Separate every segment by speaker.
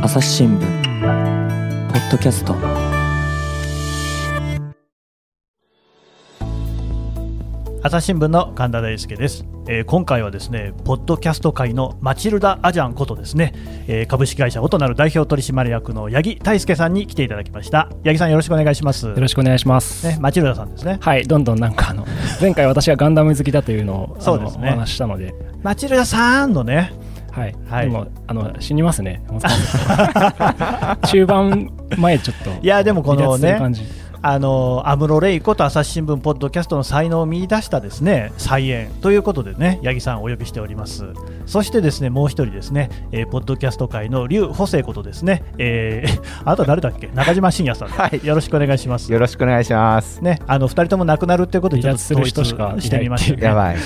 Speaker 1: 朝日新聞ポッドキャスト
Speaker 2: 朝日新聞の神田大輔です、えー今回はですねポッドキャスト界のマチルダ・アジャンことですね、えー株式会社オトナル代表取締役の八木大輔さんに来ていただきました八木さんよろしくお願いします
Speaker 3: よろしくお願いします。
Speaker 2: ね、マチルダさんですね
Speaker 3: はい、どんどんなんかあの、前回私がガンダム好きだというのを、あの
Speaker 2: そうですね
Speaker 3: お話ししたので、
Speaker 2: マチルダさんの ね
Speaker 3: はい。
Speaker 2: はい
Speaker 3: でも、あの、死にますね。松 本さん中盤前ちょっと。
Speaker 2: いやでもこのね
Speaker 3: 離脱する感じ
Speaker 2: あの安室レイこと朝日新聞ポッドキャストの才能を見出したですね再演ということでね八木さんをお呼びしておりますそしてですねもう一人ですね、えーポッドキャスト界の劉補正ことですね、えー あなた誰だっけ中島信也さん、
Speaker 4: はい
Speaker 2: よろしくお願いします
Speaker 4: よろしくお願いします。
Speaker 2: ね、あの2人とも亡くなるってことでちょっと
Speaker 3: 離脱する人しかいない
Speaker 2: 統一してみました
Speaker 4: や
Speaker 2: ね
Speaker 4: ばい。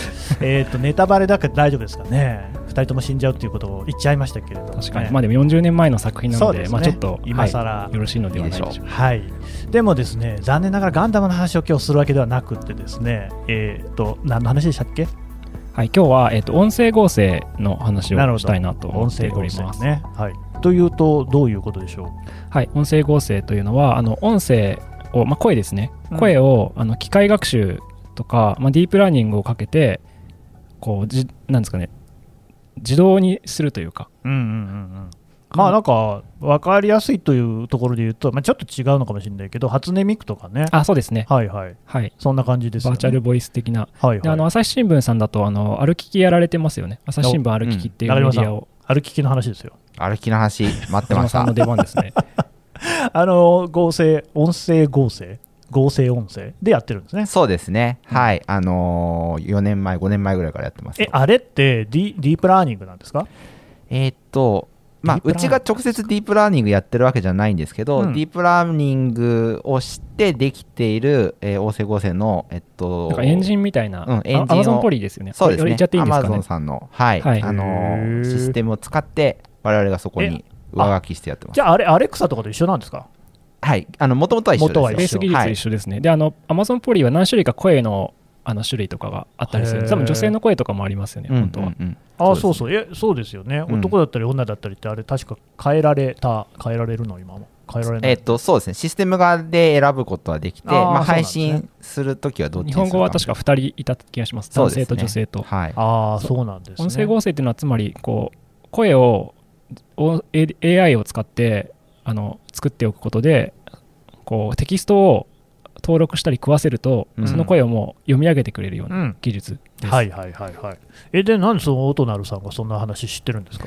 Speaker 2: えっとネタバレだけど大丈夫ですかね2人とも死んじゃうっていうことを言っちゃいましたけれども、ね、
Speaker 3: 確かに。まあでも40年前の作品な
Speaker 2: そ
Speaker 3: の
Speaker 2: う
Speaker 3: で、
Speaker 2: ですね
Speaker 3: まあちょっと、
Speaker 2: 今更
Speaker 3: はいよろしいのではないでしょうか。
Speaker 2: はい、でもですね残念ながらガンダムの話を今日するわけではなくってですねえっ、と何の話でしたっけ
Speaker 3: はい、今日は、えっと、音声合成の話をしたいなと思っており
Speaker 2: 音声合
Speaker 3: ます
Speaker 2: 成。ね、はい、というとどういうことでしょ
Speaker 3: はい、音声合成というのはあの音声を、まあ、声ですね
Speaker 2: うん
Speaker 3: 声を、あの機械学習とか、まあ、ディープラーニングをかけてこうじなんですかね自動にするというか
Speaker 2: ううんうんうんうんまあなんか分かりやすいというところで言うと、まあ、ちょっと違うのかもしれないけど初音ミクとかね
Speaker 3: あそうですね
Speaker 2: はいはい
Speaker 3: はい
Speaker 2: そんな感じですよ
Speaker 3: バ
Speaker 2: ね
Speaker 3: ーチャルボイス的な
Speaker 2: はい
Speaker 3: であの
Speaker 2: はい
Speaker 3: 朝日新聞さんだとあの歩き機やられてますよね朝日新聞歩き機っていう
Speaker 2: う
Speaker 3: メ
Speaker 2: ん
Speaker 3: ディアを
Speaker 2: 歩き機の話ですよ
Speaker 4: 歩きの話、待って
Speaker 3: 中
Speaker 4: ま
Speaker 3: 島
Speaker 4: し
Speaker 3: さん
Speaker 4: た
Speaker 3: の。出番ですね
Speaker 2: あの合成音声合成合成音声でやってるんですね
Speaker 4: そうですね。はい。あのー、4年前、5年前ぐらいからやってます
Speaker 2: え
Speaker 4: よ。
Speaker 2: あれってディディープラーニングなんですか
Speaker 4: えーっと、まあ
Speaker 2: デ、ィープラ
Speaker 4: う
Speaker 2: ー
Speaker 4: ちが直接ディープラーニングやってるわけじゃないんですけど、
Speaker 2: うん
Speaker 4: ディープラーニングをしてできている、えー、合成合成の、えっと、
Speaker 3: なんかエンジ
Speaker 4: ン、
Speaker 3: ンみたいな、
Speaker 4: うん、エンジンを。
Speaker 3: アマゾンポリですよね
Speaker 4: そうです
Speaker 3: これ
Speaker 4: ね。
Speaker 3: 言っちゃっていいんですか
Speaker 4: Amazon
Speaker 3: ね
Speaker 4: さんの、はい。
Speaker 3: はい
Speaker 4: あの
Speaker 2: へ
Speaker 4: ー
Speaker 2: ー
Speaker 4: システムを使って、我々がそこに上書きしてやってます
Speaker 2: じ。ゃああれアレクサとかと一緒なんですか
Speaker 4: はい。あの、もともとは一緒です
Speaker 2: 元
Speaker 4: よ。
Speaker 2: は
Speaker 3: ベース技術一緒ですね、であの Amazon ポリは何種類か声のあの種類とかがあったりす
Speaker 2: へ
Speaker 3: る
Speaker 2: ー
Speaker 3: 多分女性の声とかもありますよね、
Speaker 4: うん
Speaker 3: 本当は、
Speaker 4: うんうん
Speaker 2: あそ
Speaker 4: そうう
Speaker 2: そうえそうですよね、
Speaker 4: うん
Speaker 2: 男だったり女だったりってあれ確か変えられた変えられるの今も変えられない、
Speaker 4: えっと、そうですね、システム側で選ぶことはできて、
Speaker 2: あー
Speaker 4: まあ、
Speaker 2: そうなん
Speaker 4: 配
Speaker 2: ですね
Speaker 4: 信するときはどっちに
Speaker 3: 日
Speaker 4: する
Speaker 3: 本語は確か2人いた気がします
Speaker 4: そう
Speaker 3: 男性
Speaker 4: ですね
Speaker 3: と女性と、
Speaker 4: はい、
Speaker 2: ああそうなんですね
Speaker 3: 音声合成っていうのはつまりこう声をお A- AI を使ってあの作っておくことでこうテキストを登録したり食わせると、
Speaker 4: うん
Speaker 3: その声をもう読み上げてくれるよう
Speaker 2: う
Speaker 3: なん技術です、
Speaker 2: はいはいはいはいえでなんでそのオトナルさんがそんな話知ってるんですか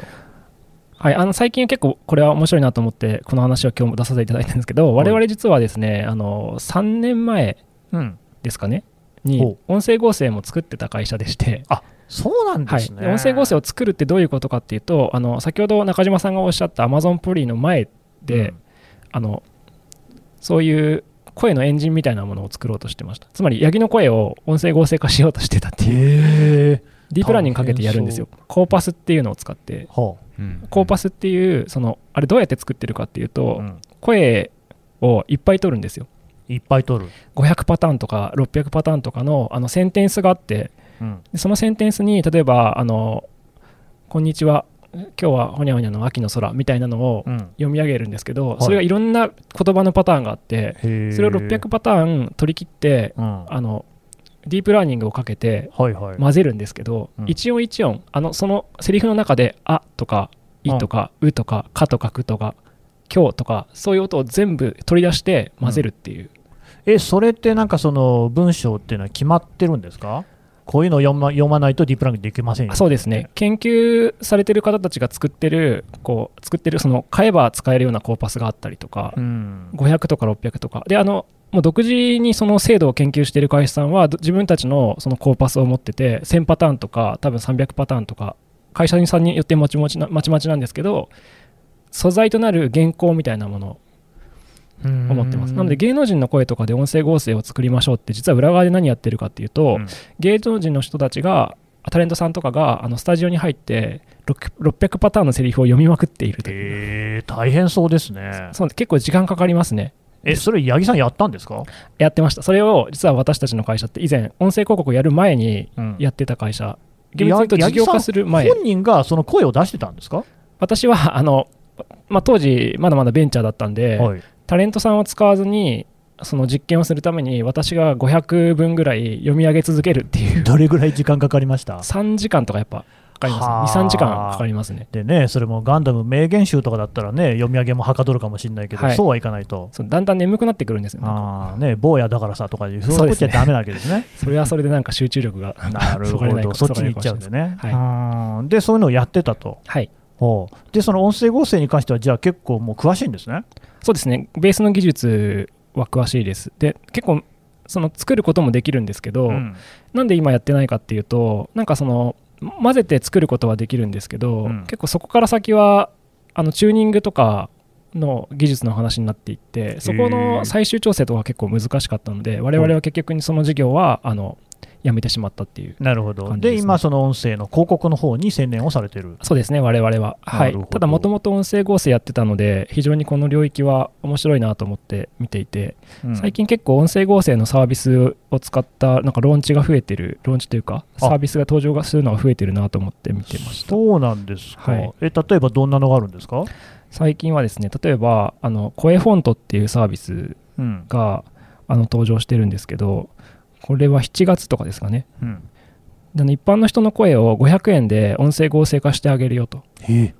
Speaker 3: はい、あの最近結構これは面白いなと思ってこの話を今日も出させていただいたんですけど
Speaker 2: はい
Speaker 3: 我々実はですねあの3年前
Speaker 2: うん
Speaker 3: ですかね
Speaker 2: ほ
Speaker 3: に音声合成も作ってた会社でして、
Speaker 2: そうなん
Speaker 3: は
Speaker 2: で
Speaker 3: い、
Speaker 2: すね、
Speaker 3: で音声合成を作るってどういうことかっていうとあの先ほど中島さんがおっしゃった Amazon ポリの前で、
Speaker 2: うん
Speaker 3: あのそういう声のエンジンみたいなものを作ろうとしてましたつまりヤギの声を音声合成化しようとしてたっていう
Speaker 2: へえ
Speaker 3: ディープラーニングかけてやるんですよコーパスっていうのを使って
Speaker 2: は
Speaker 4: うん
Speaker 3: コーパスっていうそのあれどうやって作ってるかっていう
Speaker 2: あ、
Speaker 3: と、
Speaker 2: うん
Speaker 3: 声をいっぱい取るんですよ
Speaker 2: いっぱい取る、
Speaker 3: 500パターンとか600パターンとかのあのセンテンスがあって
Speaker 2: うん、
Speaker 3: でそのセンテンスに例えばあの「こんにちは今日はほにゃほにゃの秋の空」みたいなのを
Speaker 2: うん
Speaker 3: 読み上げるんですけど、
Speaker 2: はい
Speaker 3: それがいろんな言葉のパターンがあって
Speaker 2: へえ
Speaker 3: それを600パターン取り切って
Speaker 2: うんは
Speaker 3: あのディープラーニングをかけて
Speaker 2: いはい、
Speaker 3: 混ぜるんですけど、
Speaker 2: うん
Speaker 3: 一音一音あのそのセリフの中で「あ」とか「い」とか「う」とか「か」とか「く」とか「今日」とかそういう音を全部取り出して混ぜるっていう、
Speaker 2: えそれってなんかその文章っていうのは決まってるんですかこういうのを読ま読まないとディープラーニングできませんよ
Speaker 3: あそうですね研究されてる方たちが作ってるこう作ってるその買えば使えるようなコーパスがあったりとか、
Speaker 2: うん
Speaker 3: 500とか600とかであのもう独自にその制度を研究している会社さんはど自分たちのそのコーパスを持ってて1000パターンとか多分300パターンとか会社さんによってもちもちなまちまちなんですけど素材となる原稿みたいなものを持ってますなので芸能人の声とかで音声合成を作りましょうって実は裏側で何やってるかっていうと、
Speaker 2: うん
Speaker 3: 芸能人の人たちがタレントさんとかがあのスタジオに入って600 600パターンのセリフを読みまくっているという、
Speaker 2: えー、大変そうですね
Speaker 3: そう結構時間かかりますね
Speaker 2: えそれ八木さんやったんですか、
Speaker 3: やってましたそれを実は私たちの会社って以前音声広告をやる前に
Speaker 2: うん
Speaker 3: やってた会社厳密に言うと事業化する前
Speaker 2: 本人がその声を出してたんですか
Speaker 3: 私はあのまあ、当時まだまだベンチャーだったんで、
Speaker 2: はい、
Speaker 3: タレントさんを使わずにその実験をするために私が500分ぐらい読み上げ続けるっ ていう
Speaker 2: どれぐらい時間かかりました
Speaker 3: 3時間とかやっぱかかり
Speaker 2: はあ
Speaker 3: ますね23時間かかりますね
Speaker 2: でね、それもガンダム名言集とかだったらね、読み上げもはかどるかもしれないけど、
Speaker 3: はい
Speaker 2: そうはいかないと、
Speaker 3: そうだんだん眠くなってくるんですよね
Speaker 2: あーね、坊やだからさとかいう、そういうことじゃ
Speaker 3: そうですね
Speaker 2: ダメなわけですね。
Speaker 3: それはそれでなんか集中力が
Speaker 2: なるほ
Speaker 3: そがれない
Speaker 2: ど、
Speaker 3: か
Speaker 2: そっちに行っちゃうんでね。
Speaker 3: はい
Speaker 2: うんで、そういうのをやってたと。
Speaker 3: はい
Speaker 2: ほうで、その音声合成に関しては、じゃあ結構もう詳しいんですね。
Speaker 3: そうですねベースの技術は詳しいですで結構その作ることもできるんですけど、
Speaker 2: うん
Speaker 3: なんで今やってないかっていうとなんかその混ぜて作ることはできるんですけど、
Speaker 2: うん
Speaker 3: 結構そこから先はあのチューニングとかの技術の話になっていってそこ
Speaker 2: へー
Speaker 3: の最終調整とか結構難しかったので我々は結局にその事業はあのやめてしまったっていう
Speaker 2: なるほど。
Speaker 3: 感じです
Speaker 2: で、
Speaker 3: ね
Speaker 2: 今、その音声の広告の方に専念をされてる。
Speaker 3: そうですね我々は、は
Speaker 2: なるほ
Speaker 3: い
Speaker 2: ど、
Speaker 3: ただもともと音声合成やってたので非常にこの領域は面白いなと思って見ていて
Speaker 2: うん
Speaker 3: 最近結構音声合成のサービスを使ったなんかローンチが増えてるローンチというか
Speaker 2: あ
Speaker 3: サービスが登場がするのが増えてるなと思って見てます
Speaker 2: そうなんですか、
Speaker 3: はい
Speaker 2: え例えばどんなのがあるんですか、
Speaker 3: 最近はですね例えばあの声フォントっていうサービス
Speaker 2: うん
Speaker 3: があの登場してるんですけどこれは7月とかですかね
Speaker 2: うん
Speaker 3: あの一般の人の声を500円で音声合成化してあげるよと
Speaker 2: え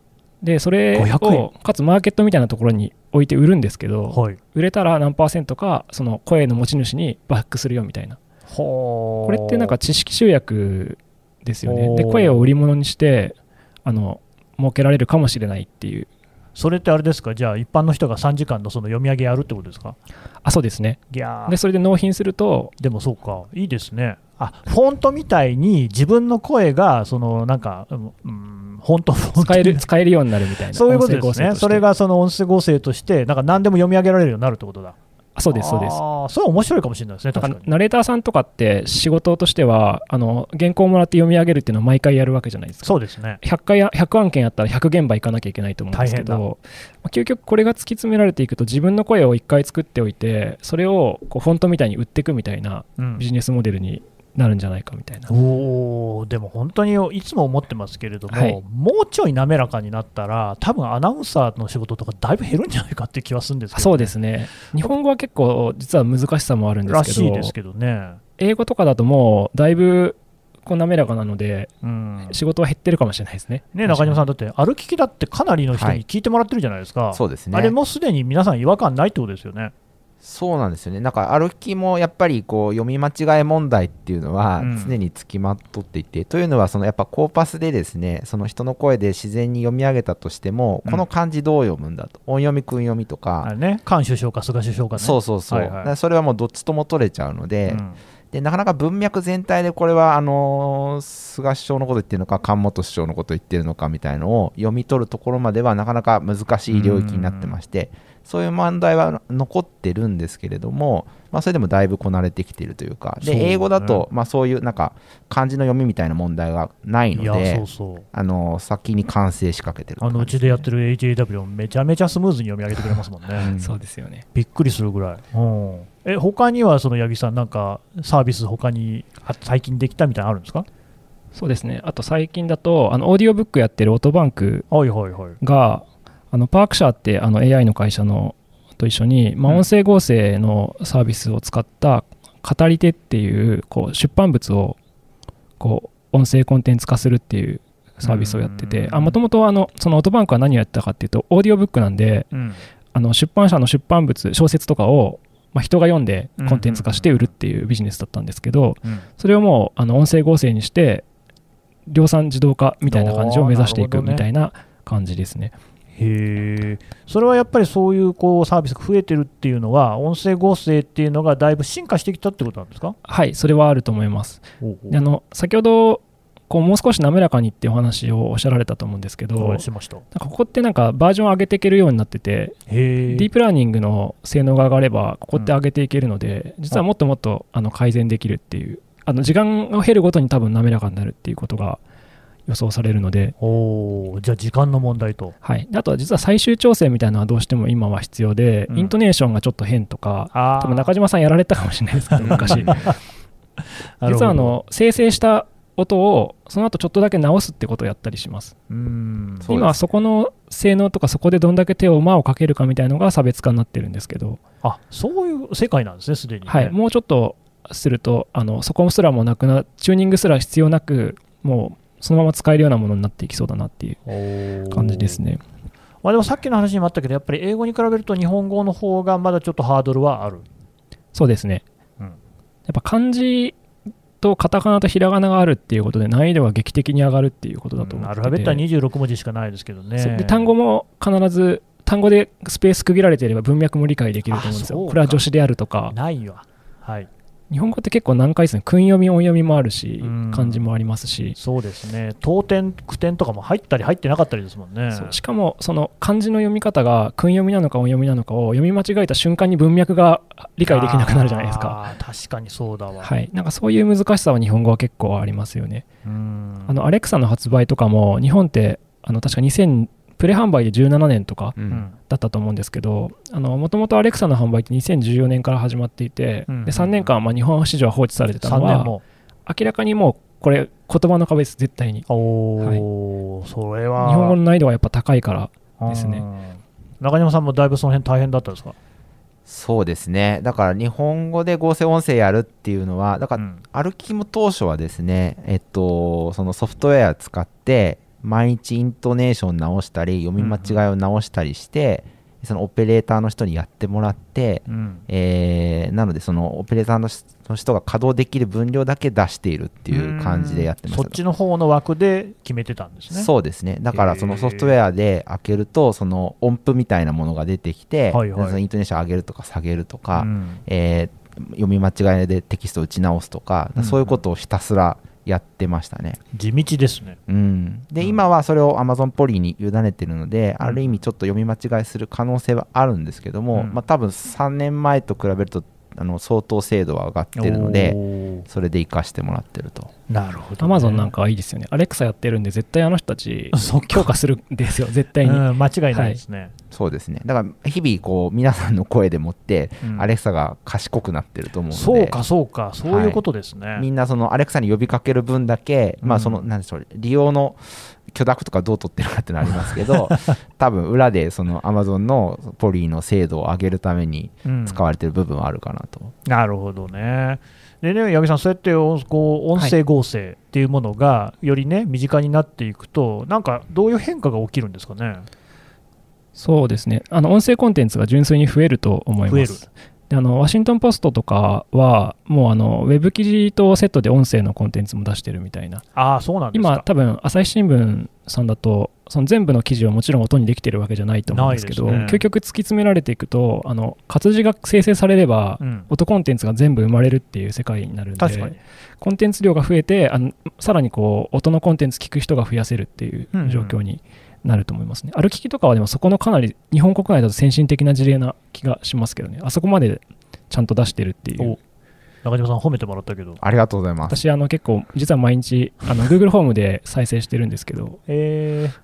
Speaker 3: でそれ
Speaker 2: 500
Speaker 3: をかつマーケットみたいなところに置いて売るんですけど、
Speaker 2: はい、
Speaker 3: 売れたら何パーセントかその声の持ち主にバックするよみたいな
Speaker 2: ほ
Speaker 3: これってなんか知識集約ですよねで
Speaker 2: おー
Speaker 3: 声を売り物にしてあの儲けられるかもしれないっていう
Speaker 2: それってあれですか、じゃあ、一般の人が3時間のその読み上げやるってことですか
Speaker 3: あそうですね
Speaker 2: いや
Speaker 3: で
Speaker 2: で
Speaker 3: それで納品すると
Speaker 2: でもそうか、いいですね。あフォントみたいに自分の声が、そのなんか、うんうん、フォント、フォント
Speaker 3: 使える使えるようになるみたい な
Speaker 2: そういうことで
Speaker 3: 音
Speaker 2: す
Speaker 3: 声合成
Speaker 2: ね、
Speaker 3: して
Speaker 2: それがその音声合成として、なんか何でも読み上げられるようになるってことだ。
Speaker 3: あそうですそうです
Speaker 2: あーそれは面白いかもしれないですね、
Speaker 3: だか
Speaker 2: 確からに。
Speaker 3: ナレーターさんとかって仕事としてはあの原稿をもらって読み上げるっていうのは毎回やるわけじゃないですか
Speaker 2: そうですね。
Speaker 3: 100, 回や100案件やったら100現場行かなきゃいけないと思うんですけ
Speaker 2: 大変
Speaker 3: ど、まあ究極これが突き詰められていくと自分の声を1回作っておいてそれをこうフォントみたいに売っていくみたいな
Speaker 2: うん
Speaker 3: ビジネスモデルになるんじゃないかみたいな、
Speaker 2: おーでも本当にいつも思ってますけれども、
Speaker 3: はい
Speaker 2: もうちょい滑らかになったら、多分アナウンサーの仕事とかだいぶ減るんじゃないかって気はするんですけ
Speaker 3: あ
Speaker 2: ど、
Speaker 3: そうですね日本語は結構実は難しさもあるんで
Speaker 2: ら
Speaker 3: すけ
Speaker 2: しい
Speaker 3: ど
Speaker 2: ですけどね、
Speaker 3: 英語とかだともうだいぶこう滑らかなので
Speaker 2: うん、
Speaker 3: 仕事は減ってるかもしれないですね
Speaker 2: ね中島さん、だって歩ききだってかなりの人
Speaker 4: は
Speaker 2: に
Speaker 4: い
Speaker 2: 聞いてもらってるじゃないですか、
Speaker 4: そうですね
Speaker 2: あれもすでに皆さん違和感ないってことですよね。
Speaker 4: そうなんですよねなんか歩きもやっぱりこう読み間違え問題っていうのは
Speaker 2: うん
Speaker 4: 常につきまとっていて、というのはそのやっぱコーパスでですねその人の声で自然に読み上げたとしても、
Speaker 2: うん
Speaker 4: この漢字どう読むんだと音読み訓読みと
Speaker 2: あ
Speaker 4: か、
Speaker 2: れね菅首相か菅首相かね。
Speaker 4: そうそうそう、
Speaker 2: はいはい
Speaker 4: だからそれはもうどっちとも取れちゃうので,、
Speaker 2: うん
Speaker 4: でなかなか文脈全体でこれはあのー菅首相のこと言ってるのか菅本首相のこと言ってるのかみたいのを読み取るところまではなかなか難しい領域になってまして、そういう問題は残ってるんですけれども、まあ、それでもだいぶこなれてきてるというか
Speaker 2: そう
Speaker 4: で
Speaker 2: だね
Speaker 4: 英語だと、まあ、そういうなんか漢字の読みみたいな問題がないの
Speaker 2: いや、そ
Speaker 4: で
Speaker 2: う。そう。
Speaker 4: あのー先に完成しかけてる
Speaker 2: あのうちでやってる HAW めちゃめちゃスムーズに読み上げてくれますもんね。
Speaker 4: うん
Speaker 3: そうですよね
Speaker 2: びっくりするぐらい。うん、え他にはその八木さん、なんかサービス、他にあ最近できたみたいなのあるんですか
Speaker 3: そうですねあと最近だとあのオーディオブックやってるオートバンク
Speaker 2: はいはいはい。
Speaker 3: があのパーク社ってあの AI の会社のと一緒に、まあ、
Speaker 2: うん
Speaker 3: 音声合成のサービスを使った語り手っていうこう出版物をこう音声コンテンツ化するっていうサービスをやっ
Speaker 2: うんう
Speaker 3: て
Speaker 2: ん
Speaker 3: て
Speaker 2: うん
Speaker 3: もともとそのオートバンクは何をやってたかっていうとオーディオブックなんで
Speaker 2: うん、
Speaker 3: あの出版社の出版物小説とかを、まあ、人が読んでコンテンツ化して売るっていうビジネスだったんですけどそれをもうあの音声合成にして量産自動化みたいな感じを目指してい
Speaker 2: お
Speaker 3: く
Speaker 2: ーなるほどね
Speaker 3: みたいな感じですね。
Speaker 2: へえ、それはやっぱりそういうこうサービスが増えてるっていうのは、音声合成っていうのがだいぶ進化してきたってことなんですか
Speaker 3: はい、それはあると思います。であの先ほどこうもう少し滑らかにっていうお話をおっしゃられたと思うんですけど、
Speaker 2: ど
Speaker 3: な
Speaker 2: うんしました。
Speaker 3: かここってなんかバージョン上げていけるようになってて、
Speaker 2: へえ、
Speaker 3: ディープラーニングの性能が上がれば、ここって上げていけるので、実はもっともっとあの改善できるっていう、あの時間を経るごとに多分滑らかになるっていうことが予想されるので、
Speaker 2: おーじゃあ時間の問題と。
Speaker 3: はい、であとは実は最終調整みたいなのはどうしても今は必要で、
Speaker 2: うん
Speaker 3: イントネーションがちょっと変とか、
Speaker 2: あ
Speaker 3: 多分中島さんやられたかもしれないですけど、 昔。実はあの生成した音をその後ちょっとだけ直すってことをやったりします
Speaker 2: うん
Speaker 4: そうです
Speaker 3: 今はそこの性能とかそこでどんだけ手を間をかけるかみたいのが差別化になってるんですけど、
Speaker 2: あそういう世界なんですね、すでにね、
Speaker 3: はい、もうちょっとするとあのそこすらもなくなチューニングすら必要なくもうそのまま使えるようなものになっていきそうだなっていう
Speaker 2: おー
Speaker 3: 感じですね。
Speaker 2: まあ、でもさっきの話にもあったけど、やっぱり英語に比べると日本語の方がまだちょっとハードルはある。
Speaker 3: そうですね、
Speaker 2: うん
Speaker 3: やっぱ漢字とカタカナとひらがながあるっていうことで難易度が劇的に上がるっていうことだと
Speaker 2: うん
Speaker 3: 思っ
Speaker 2: ア
Speaker 3: て
Speaker 2: ル
Speaker 3: て
Speaker 2: ファベットは26文字しかないですけど
Speaker 3: そう
Speaker 2: ね。
Speaker 3: で単語も必ず単語でスペース区切られていれば文脈も理解できると思うんです
Speaker 2: あそ
Speaker 3: よ
Speaker 2: う。か
Speaker 3: これは助詞であるとか
Speaker 2: ないわ。はい。
Speaker 3: 日本語って結構難解ですね訓読み音読みもあるし
Speaker 2: うん
Speaker 3: 漢字もありますし、
Speaker 2: そうですね。当点、句点とかも入ったり入ってなかったりですもんね。
Speaker 3: そうしかもその漢字の読み方が訓読みなのか音読みなのかを読み間違えた瞬間に文脈が理解できなくなるじゃないですか。
Speaker 2: あー。確かにそうだわ。
Speaker 3: はい、なんかそういう難しさは日本語は結構ありますよね。
Speaker 2: うん
Speaker 3: あのアレクサの発売とかも日本ってあの確か2000プレ販売で17年とか
Speaker 4: う
Speaker 2: うんん
Speaker 3: だったと思うんですけどもともとアレクサの販売って2014年から始まっていて、
Speaker 2: うん
Speaker 3: で3年間まあ日本市場は放置されてた
Speaker 2: 3
Speaker 3: の
Speaker 2: 年
Speaker 3: は
Speaker 2: も。
Speaker 3: 明らかにもうこれ言葉の壁です絶対に日
Speaker 2: おー、それは。
Speaker 3: 本語の難易度はやっぱ高いからですね
Speaker 2: うん。中島さんもだいぶその辺大変だったですか
Speaker 4: そうですねだから日本語で合成音声やるっていうのはだから
Speaker 2: うん
Speaker 4: 歩きも当初はですね、えっと、そのソフトウェア使って、毎日イントネーション直したり、読み間違いを直したりして、そのオペレーターの人にやってもらって、
Speaker 2: うん
Speaker 4: えーなので、そのオペレーターのしの人が稼働できる分量だけ出しているっていう感じでやってます
Speaker 2: そっちの方の枠で決めてたんですね。
Speaker 4: そうですね。だからそ
Speaker 2: へ
Speaker 4: の
Speaker 2: ー
Speaker 4: ソフトウェアで開けると、その音符みたいなものが出てきて、
Speaker 2: はいはい
Speaker 4: そのイントネーション上げるとか下げるとか、
Speaker 2: うん
Speaker 4: えー読み間違いでテキストを打ち直すとか、
Speaker 2: うん
Speaker 4: そういうことをひたすらやってましたね。
Speaker 2: 地道ですね。
Speaker 4: うん、で、
Speaker 2: うん
Speaker 4: 今はそれを Amazon ポリに委ねてるので、
Speaker 2: うん
Speaker 4: ある意味ちょっと読み間違いする可能性はあるんですけども、
Speaker 2: うん
Speaker 4: まあ、多分3年前と比べるとあの相当精度は上がってるので、
Speaker 2: おー
Speaker 4: それで活かしてもらってると。
Speaker 2: なるほど、
Speaker 3: アマゾンなんかはいいですよねアレクサやってるんで絶対あの人た ち
Speaker 2: そう
Speaker 3: 強化するんですよ絶対に、
Speaker 2: うん、間違いないですね。
Speaker 4: そうですねだから日々こう皆さんの声でもって、
Speaker 2: うん
Speaker 4: アレクサが賢くなってると思うの
Speaker 2: そう
Speaker 4: で
Speaker 2: か、そうか、そういうことですね。
Speaker 4: みんなそのアレクサに呼びかける分だけ、まあその
Speaker 2: うん
Speaker 4: なんでしょう利用の許諾とかどう取ってるかってのありますけど多分裏でその Amazon のポリーの精度を上げるために
Speaker 2: うん
Speaker 4: 使われてる部分はあるかなと、
Speaker 2: なるほどね。でね、八木さん、そうやっておこう音声合成っていうものが、よりね、身近になっていくと、なんかどういう変化が起きるんですかね。
Speaker 3: そうですねあの音声コンテンツが純粋に増えると思いますであのワシントン・ポストとかはもうあのウェブ記事とセットで音声のコンテンツも出してるみたいな
Speaker 2: ああ、そうなんです
Speaker 3: 今
Speaker 2: か。
Speaker 3: 多分朝日新聞さんだとその全部の記事をもちろん音にできてるわけじゃないと思うんですけど
Speaker 2: ないですね
Speaker 3: 究極突き詰められていくとあの活字が生成されれば、
Speaker 2: うん、
Speaker 3: 音コンテンツが全部生まれるっていう世界になるん
Speaker 2: 確かに
Speaker 3: で。コンテンツ量が増えてあのさらにこう音のコンテンツ聞く人が増やせるっていう
Speaker 2: うんうん
Speaker 3: 状況になると思いますね、歩き機とかはでもそこのかなり日本国内だと先進的な事例な気がしますけどねあそこまでちゃんと出してるっていう
Speaker 2: お中島さん、褒めてもらったけど。
Speaker 4: ありがとうございます
Speaker 3: 私あの結構実は毎日あの Google ホームで再生してるんですけど
Speaker 2: えー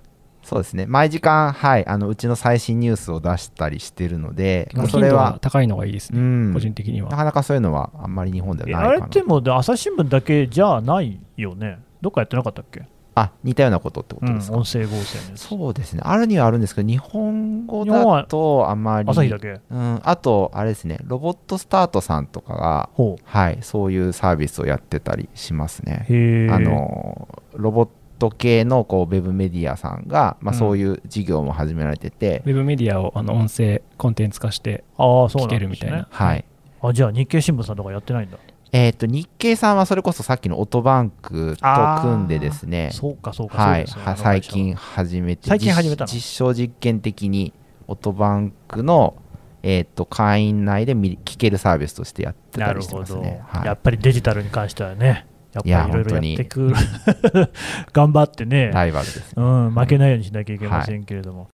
Speaker 4: そうですね毎時間はいあのうちの最新ニュースを出したりしてるので、まあそ
Speaker 3: 頻
Speaker 4: れ
Speaker 3: 度は
Speaker 4: は、
Speaker 3: 高いのがいいです
Speaker 4: う
Speaker 3: ね、
Speaker 4: ん、
Speaker 3: 個
Speaker 4: な
Speaker 3: 人的には
Speaker 4: かなかそういうのはあんまり日本では
Speaker 2: え
Speaker 4: ないか
Speaker 2: あれ
Speaker 4: な
Speaker 2: ってもうで朝日新聞だけじゃないよね、どっかやってなかったっけ、
Speaker 4: あ似たようなことってこと
Speaker 2: うん、
Speaker 4: ですか、
Speaker 2: 音声合成のやつ
Speaker 4: そうですねあるにはあるんですけど日本語だとあんまり
Speaker 2: 朝日だけ、
Speaker 4: うん、あとあれですねロボットスタートさんとかが
Speaker 2: ほ
Speaker 4: はいそういうサービスをやってたりしますね
Speaker 2: う、へえ、
Speaker 4: あのロボット系のこうウェブメディアさんが、まあ、
Speaker 2: うん
Speaker 4: そういう事業も始められてて、
Speaker 3: ウェブメディアをあの音声コンテンツ化して
Speaker 2: ああそうな
Speaker 3: 聞
Speaker 2: んで
Speaker 3: け
Speaker 2: す、ね、
Speaker 3: るみたいな
Speaker 4: はい
Speaker 2: あじゃあ日経新聞さんとかやってないんだ、
Speaker 4: えっ、と日経さんはそれこそさっきのオトバンクと組んでですね
Speaker 2: そうかそうか、
Speaker 4: はい
Speaker 2: そうですよね
Speaker 4: は最近、始めて
Speaker 2: 最近始めたの
Speaker 4: 実実証実験的にオトバンクのえっ、と会員内で見聞けるサービスとしてやって
Speaker 2: な
Speaker 4: た
Speaker 2: る
Speaker 4: りして
Speaker 2: ほ
Speaker 4: ます
Speaker 2: ど、
Speaker 4: ねはい
Speaker 2: やっぱりデジタルに関してはね、やっぱりい
Speaker 4: いや
Speaker 2: ろいろやってくる、 頑張ってね、
Speaker 4: ライバルです
Speaker 2: う
Speaker 4: ね
Speaker 2: ん、負けないようにしなきゃいけませんけれども。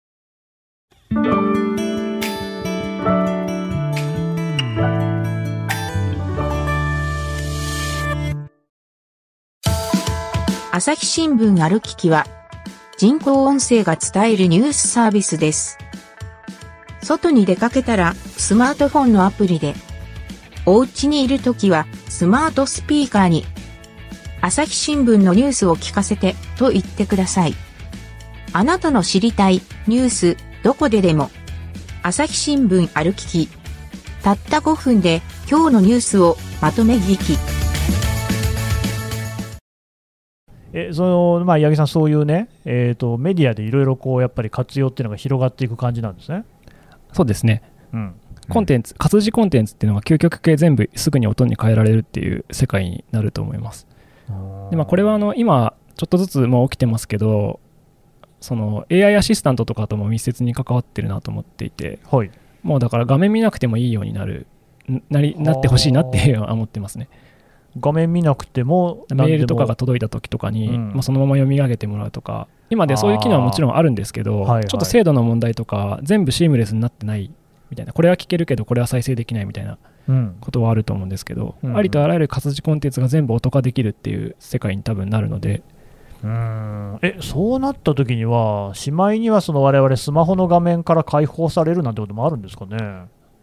Speaker 5: 朝日新聞ある聞きは、人工音声が伝えるニュースサービスです。外に出かけたら、スマートフォンのアプリで。お家にいるときは、スマートスピーカーに、朝日新聞のニュースを聞かせて、と言ってください。あなたの知りたいニュースどこででも朝日新聞ある聞きたった5分で今日のニュースをまとめ聞き
Speaker 2: えそのまあ、八木さん、そういうね、えー、とメディアでいろいろこうやっぱり活用っていうのが広がっていく感じなんですね。
Speaker 3: そうですね。
Speaker 2: うん、
Speaker 3: コンテンツ、活字コンテンツっていうのが究極系全部すぐに音に変えられるっていう世界になると思います。でまあ、これはあの今、ちょっとずつもう起きてますけど、その AI アシスタントとかとも密接に関わってるなと思っていて、
Speaker 2: はい、
Speaker 3: もうだから画面見なくてもいいようになる、んなりなってほしいなっていうのは思ってますね。
Speaker 2: 画面見なくても
Speaker 3: メールとかが
Speaker 2: 何で
Speaker 3: 届いた時とかに、
Speaker 2: うん
Speaker 3: まあ、そのまま読み上げてもらうとか、今でそういう機能はもちろんあるんですけど、
Speaker 2: あーはいはい
Speaker 3: ちょっと精度の問題とか、全部シームレスになってないみたいな、これは聞けるけど、これは再生できないみたいな
Speaker 2: もうん
Speaker 3: ことはあると思うんですけど、
Speaker 2: うん
Speaker 3: ありとあらゆる活字コンテンツが全部音化できるっていう世界に多分なるので、
Speaker 2: うーんえそうなった時には、しまいにはその我々スマホの画面から解放されるなんてこともあるんですかね。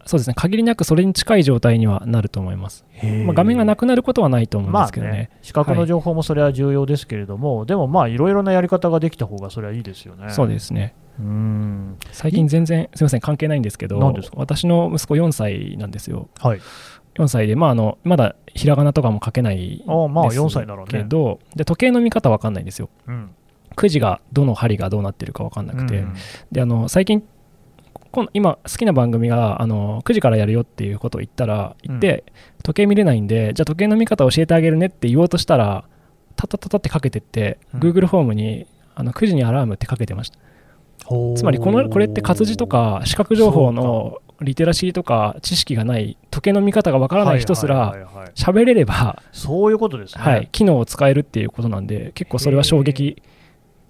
Speaker 3: そうですね、限りなくそれに近い状態にはなると思います。まあ、画面がな
Speaker 2: く
Speaker 3: くなることはないと思うんで
Speaker 2: ますあ
Speaker 3: けどね。
Speaker 2: ね、視覚の情報もそれは重要ですけれども、でもまあ、いろいろなやり方ができた方がそれはいいですよね。
Speaker 3: そう
Speaker 2: す
Speaker 3: ですね
Speaker 2: うん
Speaker 3: 最近全然すみません関係ないんですけど
Speaker 2: 何ですか
Speaker 3: 私の息子4歳なんですよ
Speaker 2: はい、
Speaker 3: 4歳で、まあ、あのまだひらがなとかも書けない
Speaker 2: ああまあ
Speaker 3: です
Speaker 2: 4歳ならね
Speaker 3: けどで時計の見方わかんないんですよ
Speaker 2: うん、
Speaker 3: くじがどの針がどうなってるかわかんなくて、であの最近こん今好きな番組があの9時からやるよっていうことを言ったら言って、時計見れないんでじゃあ時計の見方教えてあげるねって言おうとしたらタタタタってかけてって、
Speaker 2: うん
Speaker 3: Google ホームにあの9時にアラームってかけてましたつまりこのこれって活字とか視覚情報のリテラシーとか知識がない時計の見方がわからない人す
Speaker 2: はい
Speaker 3: ら
Speaker 2: はいはいはい
Speaker 3: 喋れれば、
Speaker 2: そういうことですね。
Speaker 3: はい、機能を使えるっていうことなんで結構それは衝撃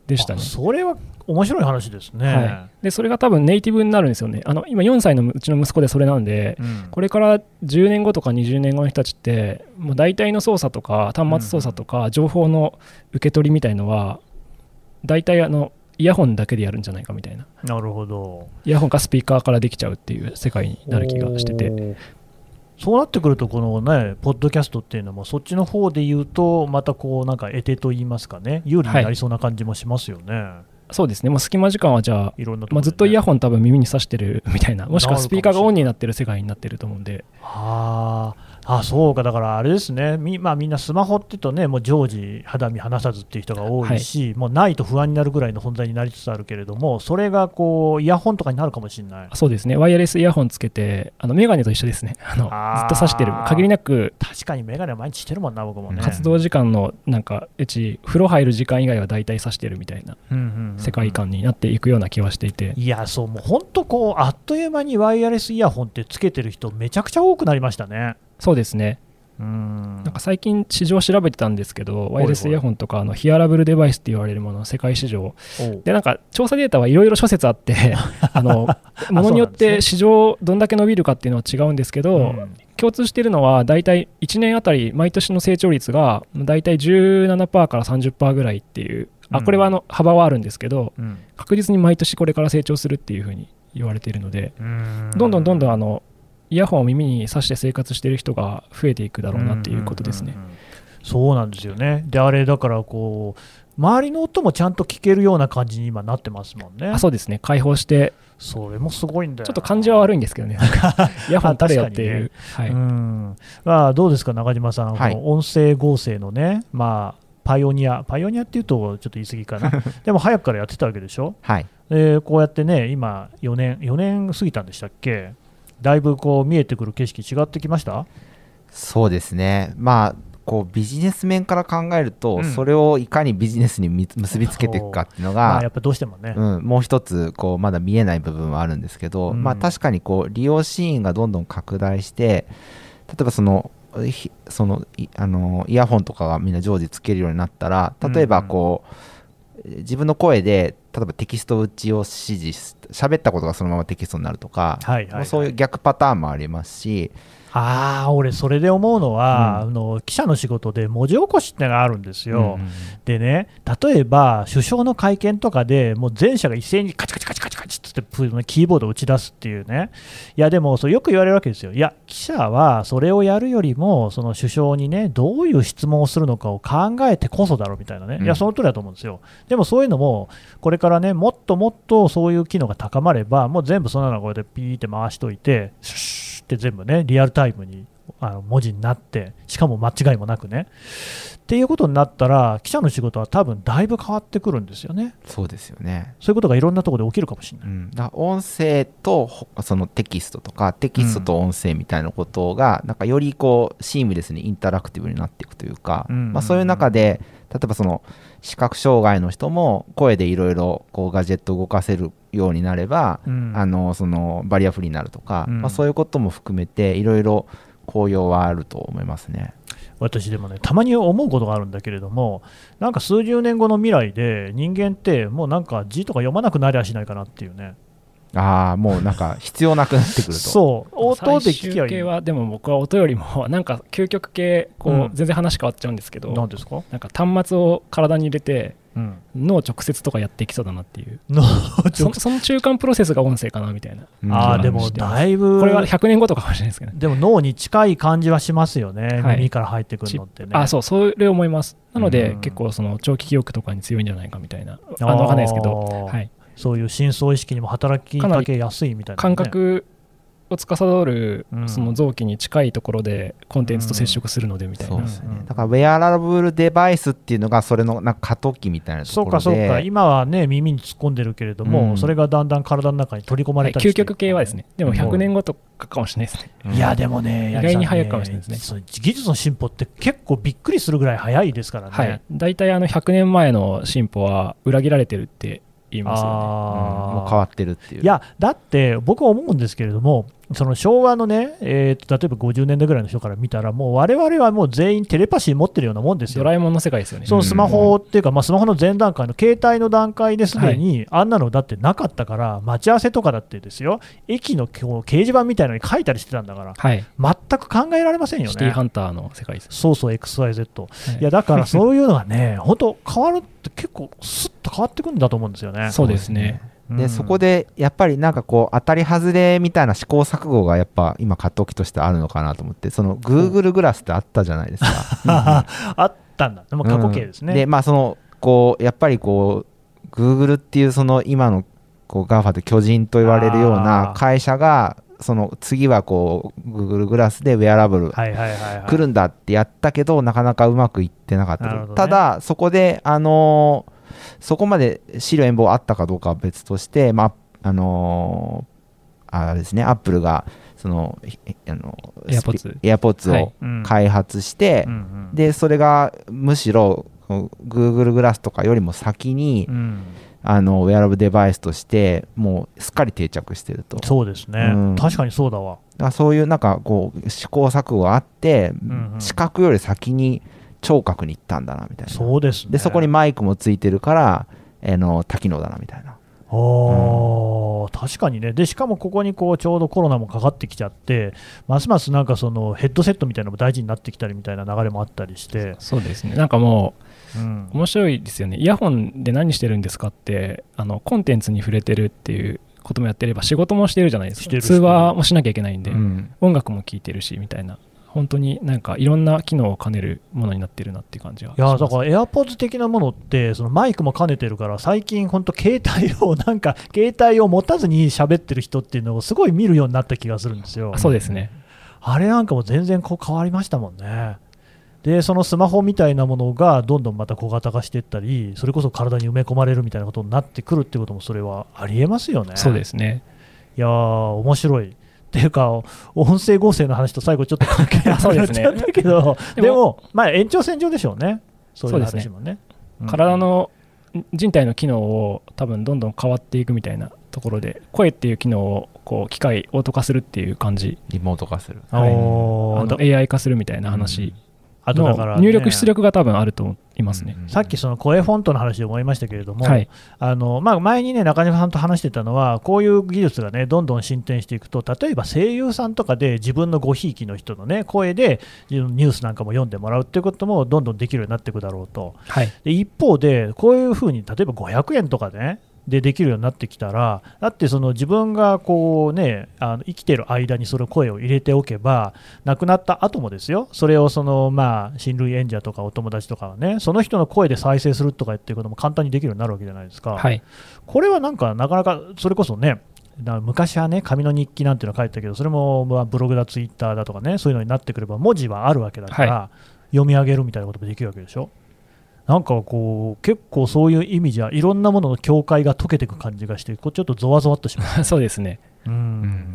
Speaker 3: でしたね
Speaker 2: あ。それは面白い話ですね。
Speaker 3: はい、でそれが多分ネイティブになるんですよね。あの今4歳のうちの息子でそれなんで
Speaker 2: うん
Speaker 3: これから10年後とか20年後の人たちってもう大体の操作とか端末操作とか情報の受け取りみたいのは大体あのイヤホンだけでやるんじゃないかみたいな。
Speaker 2: なるほど。
Speaker 3: イヤホンかスピーカーからできちゃうっていう世界になる気がしてて
Speaker 2: お、ー。そうなってくると、このね、ポッドキャストっていうのも、そっちの方で言うと、またこう、なんか、得手と言いますかね、有利になりそうな感じもしますよね、
Speaker 3: そうですね、もう隙間時間はじゃあ、
Speaker 2: い、ろんなところで
Speaker 3: ま
Speaker 2: ね、
Speaker 3: あ、ずっとイヤホン多分耳に挿してるみたいな、もしくはスピーカーがオンになってる世界になってると思うんで、
Speaker 2: あーあ、そうか、だからあれですね、み,、まあ、みんなスマホっていうとね、もう常時、肌身離さずっていう人が多いし、もうないと不安になるぐらいの存在になりつつあるけれども、それがこうイヤホンとかになるかもしれない。
Speaker 3: そうですね、ワイヤレスイヤホンつけて、あのメガネと一緒ですね、 あの
Speaker 2: あー
Speaker 3: ずっと挿してる、限りなく
Speaker 2: 確かにメガネは毎日してるもんな、僕もね。
Speaker 3: 活動時間のなんか、うち、風呂入る時間以外は大体挿してるみたいな
Speaker 2: うんうんうん
Speaker 3: 世界観になっていくような気はしていて、
Speaker 2: いや、そう、もう本当、こう、あっという間にワイヤレスイヤホンってつけてる人、めちゃくちゃ多くなりましたね。
Speaker 3: そうですね、
Speaker 2: うん
Speaker 3: なんか最近、市場調べてたんですけど、ワイヤレスイヤホンとか、あのヒアラブルデバイスって言われるものの世界市場、
Speaker 2: おう
Speaker 3: でなんか調査データはいろいろ諸説あって あのものによっ
Speaker 2: そうなんですね
Speaker 3: て市場どんだけ伸びるかっていうのは違うんですけど、
Speaker 2: うん
Speaker 3: 共通しているのは大体1年あたり毎年の成長率が大体17%から30%ぐらいっていう
Speaker 2: う
Speaker 3: あ
Speaker 2: ん
Speaker 3: これはあの幅はあるんですけど
Speaker 2: うん
Speaker 3: 確実に毎年これから成長するっていうふうに言われているのでどんどんどんどんあのイヤホンを耳に挿して生活している人が増えていくだろうなっていうことですね。
Speaker 2: うんうんうんうんそうなんですよね。で、あれ、だから、こう、周りの音もちゃんと聞けるような感じに今なってますもんね。
Speaker 3: あそうですね解放して
Speaker 2: それもすごいんだよな。
Speaker 3: ちょっと感じは悪いんですけどね、な んかイヤホン垂れよっていう、はい
Speaker 2: うんまあ、どうですか、中島さん、
Speaker 4: はい
Speaker 2: この音声合成のね、まあ、パイオニア、パイオニアっていうとちょっと言い過ぎか な、でも早くからやってたわけでしょ、
Speaker 4: はい。
Speaker 2: でこうやってね、今、4年、4年過ぎたんでしたっけ、だいぶこう見えてくる景色、違ってきました
Speaker 4: そうですね。まあ、こうビジネス面から考えると、
Speaker 2: うん
Speaker 4: それをいかにビジネスにみ結びつけていくかっていうの
Speaker 2: ま
Speaker 4: が
Speaker 2: あ、やっぱどうしてもね、
Speaker 4: うん、もう一つこうまだ見えない部分はあるんですけど、
Speaker 2: うん
Speaker 4: まあ、確かにこう利用シーンがどんどん拡大して例えばそのひそのいあのイヤホンとかがみんな常時つけるようになったら例えばこう、自分の声で例えばテキスト打ちを指示し喋ったことがそのままテキストになるとか、
Speaker 2: はいはいはい
Speaker 4: そういう逆パターンもありますし、
Speaker 2: ああ、俺、それで思うのは、
Speaker 4: うん
Speaker 2: あの、記者の仕事で文字起こしってのがあるんですよ。
Speaker 4: うん
Speaker 2: でね、例えば首相の会見とかで、もう全社が一斉にカチカチカチカチカチっつっってプールのキーボードを打ち出すっていうね、いや、でも、そうよく言われるわけですよ、いや、記者はそれをやるよりも、その首相にね、どういう質問をするのかを考えてこそだろみたいなね、
Speaker 4: うん
Speaker 2: いや、その通りだと思うんですよ、でもそういうのも、これからね、もっともっとそういう機能が高まれば、もう全部そんなのこれでピーって回しといて、シュッシュッって全部ね、リアルタイムにあの文字になって、しかも間違いもなくね。っていうことになったら、記者の仕事は多分だいぶ変わってくるんですよね。
Speaker 4: そうですよね。
Speaker 2: そういうことがいろんなところで起きるかもしれな
Speaker 4: う
Speaker 2: い。
Speaker 4: ん、だから音声とほそのテキストとかテキストと音声みたいなことが、なんかよりこうシームレスにインタラクティブになっていくというか、
Speaker 2: うんうんうん
Speaker 4: まあ、そういう中で例えばその視覚障害の人も声でいろいろこうガジェットを動かせるようになれば、
Speaker 2: うん
Speaker 4: あのそのバリアフリーになるとか、
Speaker 2: うん
Speaker 4: まあ、そういうことも含めていろいろ効用はあると思いますね。
Speaker 2: 私でもね、たまに思うことがあるんだけれども、なんか数十年後の未来で、人間ってもうなんか字とか読まなくなりゃしないかなっていうね。
Speaker 4: ああもうなんか必要なくなってくると。
Speaker 2: そう、音で聞きゃ
Speaker 3: 最終
Speaker 2: い
Speaker 3: 形
Speaker 2: い。
Speaker 3: はでも僕は音よりもなんか究極系こう、
Speaker 2: うん
Speaker 3: 全然話変わっちゃうんですけど
Speaker 2: なんですか、
Speaker 3: なんか端末を体に入れて
Speaker 2: うん、
Speaker 3: 脳直接とかやっていきそうだなっていう
Speaker 2: の
Speaker 3: そその中間プロセスが音声かなみたいな
Speaker 4: うん
Speaker 2: ああ、
Speaker 3: ー
Speaker 2: でもだいぶ、
Speaker 3: これは100年後とかかもしれないですけどね
Speaker 2: でも脳に近い感じはしますよね、
Speaker 3: はい
Speaker 2: 耳から入ってくるのってね。
Speaker 3: あそうそれ思いますなので、
Speaker 2: うん
Speaker 3: 結構その長期記憶とかに強いんじゃないかみたいなあのわかんないですけど、
Speaker 2: あー
Speaker 3: はい、
Speaker 2: そういう深層意識にも働きかけやすいみたいな、ね、
Speaker 3: 感覚を司る
Speaker 2: うん
Speaker 3: その臓器に近いところでコンテンツと接触するのでみたいな、
Speaker 4: そうです
Speaker 2: うんうんう
Speaker 4: ね
Speaker 2: ん。
Speaker 4: だから、ウェアラブルデバイスっていうのが、それのなんか過渡期みたいなとこ
Speaker 2: そ
Speaker 4: ろ
Speaker 2: う
Speaker 4: で。
Speaker 2: かそうか、今はね、耳に突っ込んでるけれども、
Speaker 4: うん
Speaker 2: それがだんだん体の中に取り込ま
Speaker 3: は
Speaker 2: れ
Speaker 3: い
Speaker 2: たり
Speaker 3: 究
Speaker 2: して
Speaker 3: 極系はですねでも100年後とかかもしれないですね、
Speaker 4: うん
Speaker 2: いや、でもね、
Speaker 3: 意
Speaker 2: 八
Speaker 3: 外
Speaker 2: 木さん
Speaker 3: に早いかもしれないですね
Speaker 2: そう技術の進歩って結構びっくりするぐらい早いですからね。
Speaker 3: はい大体あの100年前の進歩は裏切られてるって言いますよね
Speaker 4: うん
Speaker 2: あー
Speaker 4: もう変わってるっていう。
Speaker 2: いや、だって僕思うんですけれども、その昭和のね、えーと例えば50年代ぐらいの人から見たら、もう我々はもう全員テレパシー持ってるようなもんです
Speaker 3: ド
Speaker 2: よ。
Speaker 3: ラえもんの世界ですよね
Speaker 2: そのスマホっていうか、まあ、スマホの前段階の携帯の段階ですでに、あんなのだってなかったから、待ち合わせとかだってですよ、駅のこう掲示板みたいなのに書いたりしてたんだから、
Speaker 3: はい
Speaker 2: 全く考えられませんよ
Speaker 3: シティ
Speaker 2: ね
Speaker 3: ハ。ンターの世界です、
Speaker 2: そうそう、XYZ。
Speaker 3: はい
Speaker 2: いや、だからそういうのがね、 本当、変わるって結構、すっと変わってくるんだと思うんですよね。
Speaker 3: そうですね
Speaker 2: う
Speaker 4: で、
Speaker 2: ん
Speaker 4: そこで、やっぱりなんかこう、当たり外れみたいな試行錯誤が、やっぱ今、過渡期としてあるのかなと思って、その Google グラスってあったじゃないですか。
Speaker 2: あったんだ、まあ、過去形ですね。
Speaker 4: うんで、まあ、その、こう、やっぱりこう、Google っていう、その今の、こう、GAFA で巨人と言われるような会社が、その次はこう、Google グラスでウェアラブル
Speaker 2: はいはいはい、はい。
Speaker 4: 来るんだってやったけど、なかなかうまくいってなかったと、
Speaker 2: なるほどね
Speaker 4: ただそこで、あのーそこまで資料遠望あったかどうかは別として、まああのーあれですねアップルがそのひあの
Speaker 3: AirPods
Speaker 4: スピ AirPods
Speaker 3: は
Speaker 4: を
Speaker 3: い
Speaker 2: うん
Speaker 4: 開発して、
Speaker 2: うんうん
Speaker 4: でそれがむしろこう Google グラスとかよりも先に、
Speaker 2: うん
Speaker 4: あのウェアラブルデバイスとしてもうすっかり定着してると
Speaker 2: そうですね、
Speaker 4: うん
Speaker 2: 確かにそうだわ。
Speaker 4: だからそういうなんかこう試行錯誤があって、
Speaker 2: んうん
Speaker 4: 視覚より先に聴覚に行ったんだなみたいな
Speaker 2: そうですね。
Speaker 4: でそこにマイクもついてるから、あの多機能だなみたいな
Speaker 2: おー確かにね、でしかもここにこうちょうどコロナもかかってきちゃって、ますますなんかそのヘッドセットみたいなのも大事になってきたりみたいな流れもあったりして、
Speaker 3: そうですねなんかもう
Speaker 2: うん
Speaker 3: 面白いですよねイヤホンで何してるんですかってあのコンテンツに触れてるっていうこともやってれば仕事もしてるじゃないで
Speaker 2: し
Speaker 3: す
Speaker 2: て
Speaker 3: か
Speaker 2: る
Speaker 3: 通話もしなきゃいけないんで、
Speaker 4: うん
Speaker 3: 音楽も聴いてるしみたいな本当になんかいろんな機能を兼ねるものになってるなっていう感じはい
Speaker 2: やだから AirPods 的なものって、そのマイクも兼ねてるから、最近、本当、携帯を、なんか、携帯を持たずに喋ってる人っていうのをすごい見るようになった気がするんですよ。
Speaker 3: そうですね
Speaker 2: あれなんかも全然こう変わりましたもんね。で、そのスマホみたいなものがどんどんまた小型化していったり、それこそ体に埋め込まれるみたいなことになってくるってことも、それはありえますよね。
Speaker 3: そうですね
Speaker 2: いやー、面白い。っていうか、音声合成の話と最後、ちょっと関係なく
Speaker 3: そう
Speaker 2: なっ
Speaker 3: です
Speaker 2: ち
Speaker 3: ね
Speaker 2: ゃったけど、 で
Speaker 3: で
Speaker 2: も
Speaker 3: も
Speaker 2: まあ、延長線上でしょうね、そういう
Speaker 3: そうです
Speaker 2: 話
Speaker 3: ね
Speaker 2: もね。うん
Speaker 3: 体の人体の機能を多分どんどん変わっていくみたいなところで声っていう機能をこう機械オート化するっていう感じ
Speaker 4: リモート化する
Speaker 3: はい
Speaker 2: お
Speaker 3: あ
Speaker 2: ーだ
Speaker 3: の AI 化するみたいな話
Speaker 2: あとだから
Speaker 3: の
Speaker 2: ね
Speaker 3: 入力出力が多分あると思いますね、
Speaker 2: さっきその声フォントの話で思いましたけれども、
Speaker 3: はい
Speaker 2: あのまあ、前にね中島さんと話してたのは、こういう技術がねどんどん進展していくと、例えば声優さんとかで自分のごひいきの人のね声でニュースなんかも読んでもらうっていうこともどんどんできるようになっていくだろうと、
Speaker 3: はい
Speaker 2: で一方で、こういうふうに例えば500円とかね、でできるようになってきたら、だってその自分がこう、ね、あの生きてる間にその声を入れておけば、亡くなった後もですよ、それをその、まあ、親類縁者とかお友達とかはね、その人の声で再生するとかっていうことも簡単にできるようになるわけじゃないですか。
Speaker 3: はい、
Speaker 2: これはなんか、なかなかそれこそね、な昔はね、紙の日記なんていうの書いてたけど、それもまあブログだ、ツイッターだとかね、そういうのになってくれば、文字はあるわけだから、読み上げるみたいなこともできるわけでしょ。なんかこう、結構そういう意味じゃ、いろんなものの境界が解けていく感じがして、こうちょっとぞわぞわっとします。
Speaker 3: そうですね、
Speaker 2: うん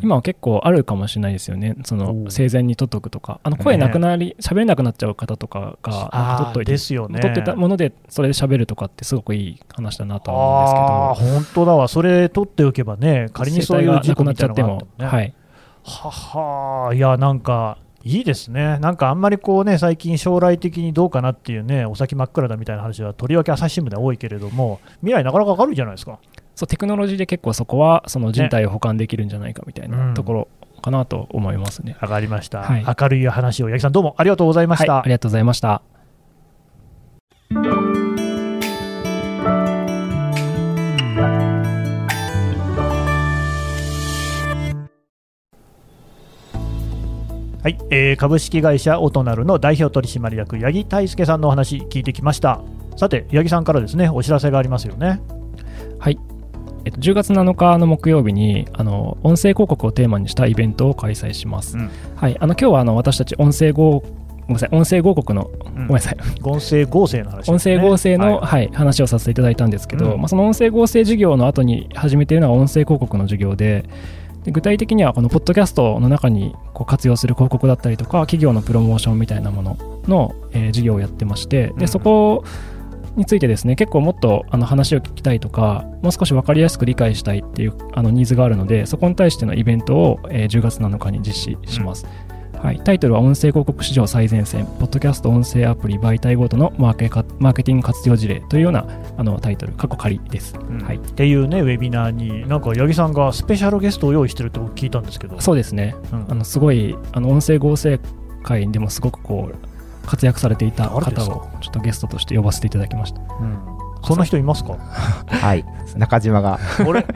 Speaker 4: ん
Speaker 3: 今は結構あるかもしれないですよね、そ
Speaker 2: おう
Speaker 3: の生前に取っとくとか、あの声なくなり、喋れなくなっちゃう方とかが、なんか
Speaker 2: あ
Speaker 3: 取っと
Speaker 2: ー
Speaker 3: いて
Speaker 2: で、すよね。
Speaker 3: 取ってたもので、それで喋るとかって、すごくいい話だなとは
Speaker 2: ああー、
Speaker 3: 思うんですけど、
Speaker 2: 本当だわ、それ取っておけばね、仮にそういう
Speaker 3: 声帯が
Speaker 2: 事故
Speaker 3: なくな
Speaker 2: み
Speaker 3: っち
Speaker 2: たい
Speaker 3: ゃっ
Speaker 2: な
Speaker 3: て
Speaker 2: のがあっ
Speaker 3: も
Speaker 2: て、もね。
Speaker 3: はい、
Speaker 2: ははーいやなんかいいですねなんかあんまりこうね最近将来的にどうかなっていうねお先真っ暗だみたいな話はとりわけ朝日新聞では多いけれども未来なかなか明るいじゃないですか
Speaker 3: そうテクノロジーで結構そこはその人体を保管できるんじゃないかみたい
Speaker 2: ねう
Speaker 3: なんところかなと思いますね。
Speaker 2: 上がりました、
Speaker 3: はい
Speaker 2: 明るい話を八木さんどうもありがとうございました、
Speaker 3: はい、ありがとうございました。
Speaker 2: はいえー株式会社オトナルの代表取締役八木泰介さんのお話聞いてきましたさて八木さんからですねお知らせがありますよね
Speaker 3: えっと、10月7日の木曜日にあの音声広告をテーマにしたイベントを開催します。
Speaker 2: うん
Speaker 3: はい、あの今日はあの私たち音声合ごめんなさい音声広告の、
Speaker 2: ん
Speaker 3: ごめんなさい
Speaker 2: 音声合成の話で
Speaker 3: 音
Speaker 2: すね、
Speaker 3: 声合成の、
Speaker 2: はい
Speaker 3: はい話をさせていただいたんですけど、
Speaker 2: うん
Speaker 3: まあ、その音声合成事業の後に始めているのが音声広告の授業でで具体的にはこのポッドキャストの中にこう活用する広告だったりとか企業のプロモーションみたいなものの、えー授業をやってまして
Speaker 2: うん
Speaker 3: でそこについてですね結構もっとあの話を聞きたいとかもう少し分かりやすく理解したいっていうあのニーズがあるのでそこに対してのイベントを、えー10月7日に実施します、はい、タイトルは「音声広告市場最前線ポッドキャスト音声アプリ媒体ごとのマーケかマーケティング活用事例」というようなあのタイトル過去仮です、
Speaker 2: うん
Speaker 3: はい
Speaker 2: っていうねウェビナーになんか八木さんがスペシャルゲストを用意してるって僕聞いたんですけど
Speaker 3: そうですね
Speaker 2: うん
Speaker 3: あのすごいあの音声合成会でもすごくこう活躍されていた方を
Speaker 2: 誰
Speaker 3: ち
Speaker 2: です
Speaker 3: ょ
Speaker 2: か
Speaker 3: っとゲストとして呼ばせていただきました
Speaker 2: うんそんな人います か
Speaker 4: はい、中島が。
Speaker 2: あれなんか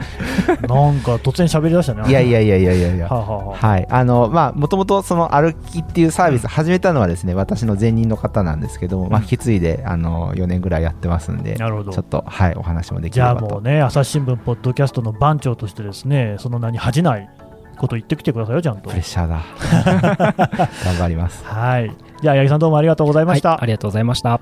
Speaker 2: 突然喋りだしたね。
Speaker 4: いやい
Speaker 2: や。
Speaker 4: やいやいやいやいや
Speaker 2: は。あ、はあはあ
Speaker 4: はい、あのまあもともとその歩きっていうサービス始めたのはですね私の前任の方なんですけども、まあ、
Speaker 2: うん
Speaker 4: 引き継いであの4年ぐらいやってますんで
Speaker 2: なるほど
Speaker 4: ちょっとはいお話もでき
Speaker 2: じ
Speaker 4: れ
Speaker 2: ゃあ
Speaker 4: ばと
Speaker 2: もうね、朝日新聞ポッドキャストの番長としてですね、その名に恥じないこと言ってきてくださいよ、ちゃんと
Speaker 4: プレ。ッシャー だ頑張ります
Speaker 2: はい。じゃあ、八木さんどうもありがとうございました。
Speaker 3: はい、ありがとうございました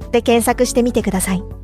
Speaker 6: で検索してみてください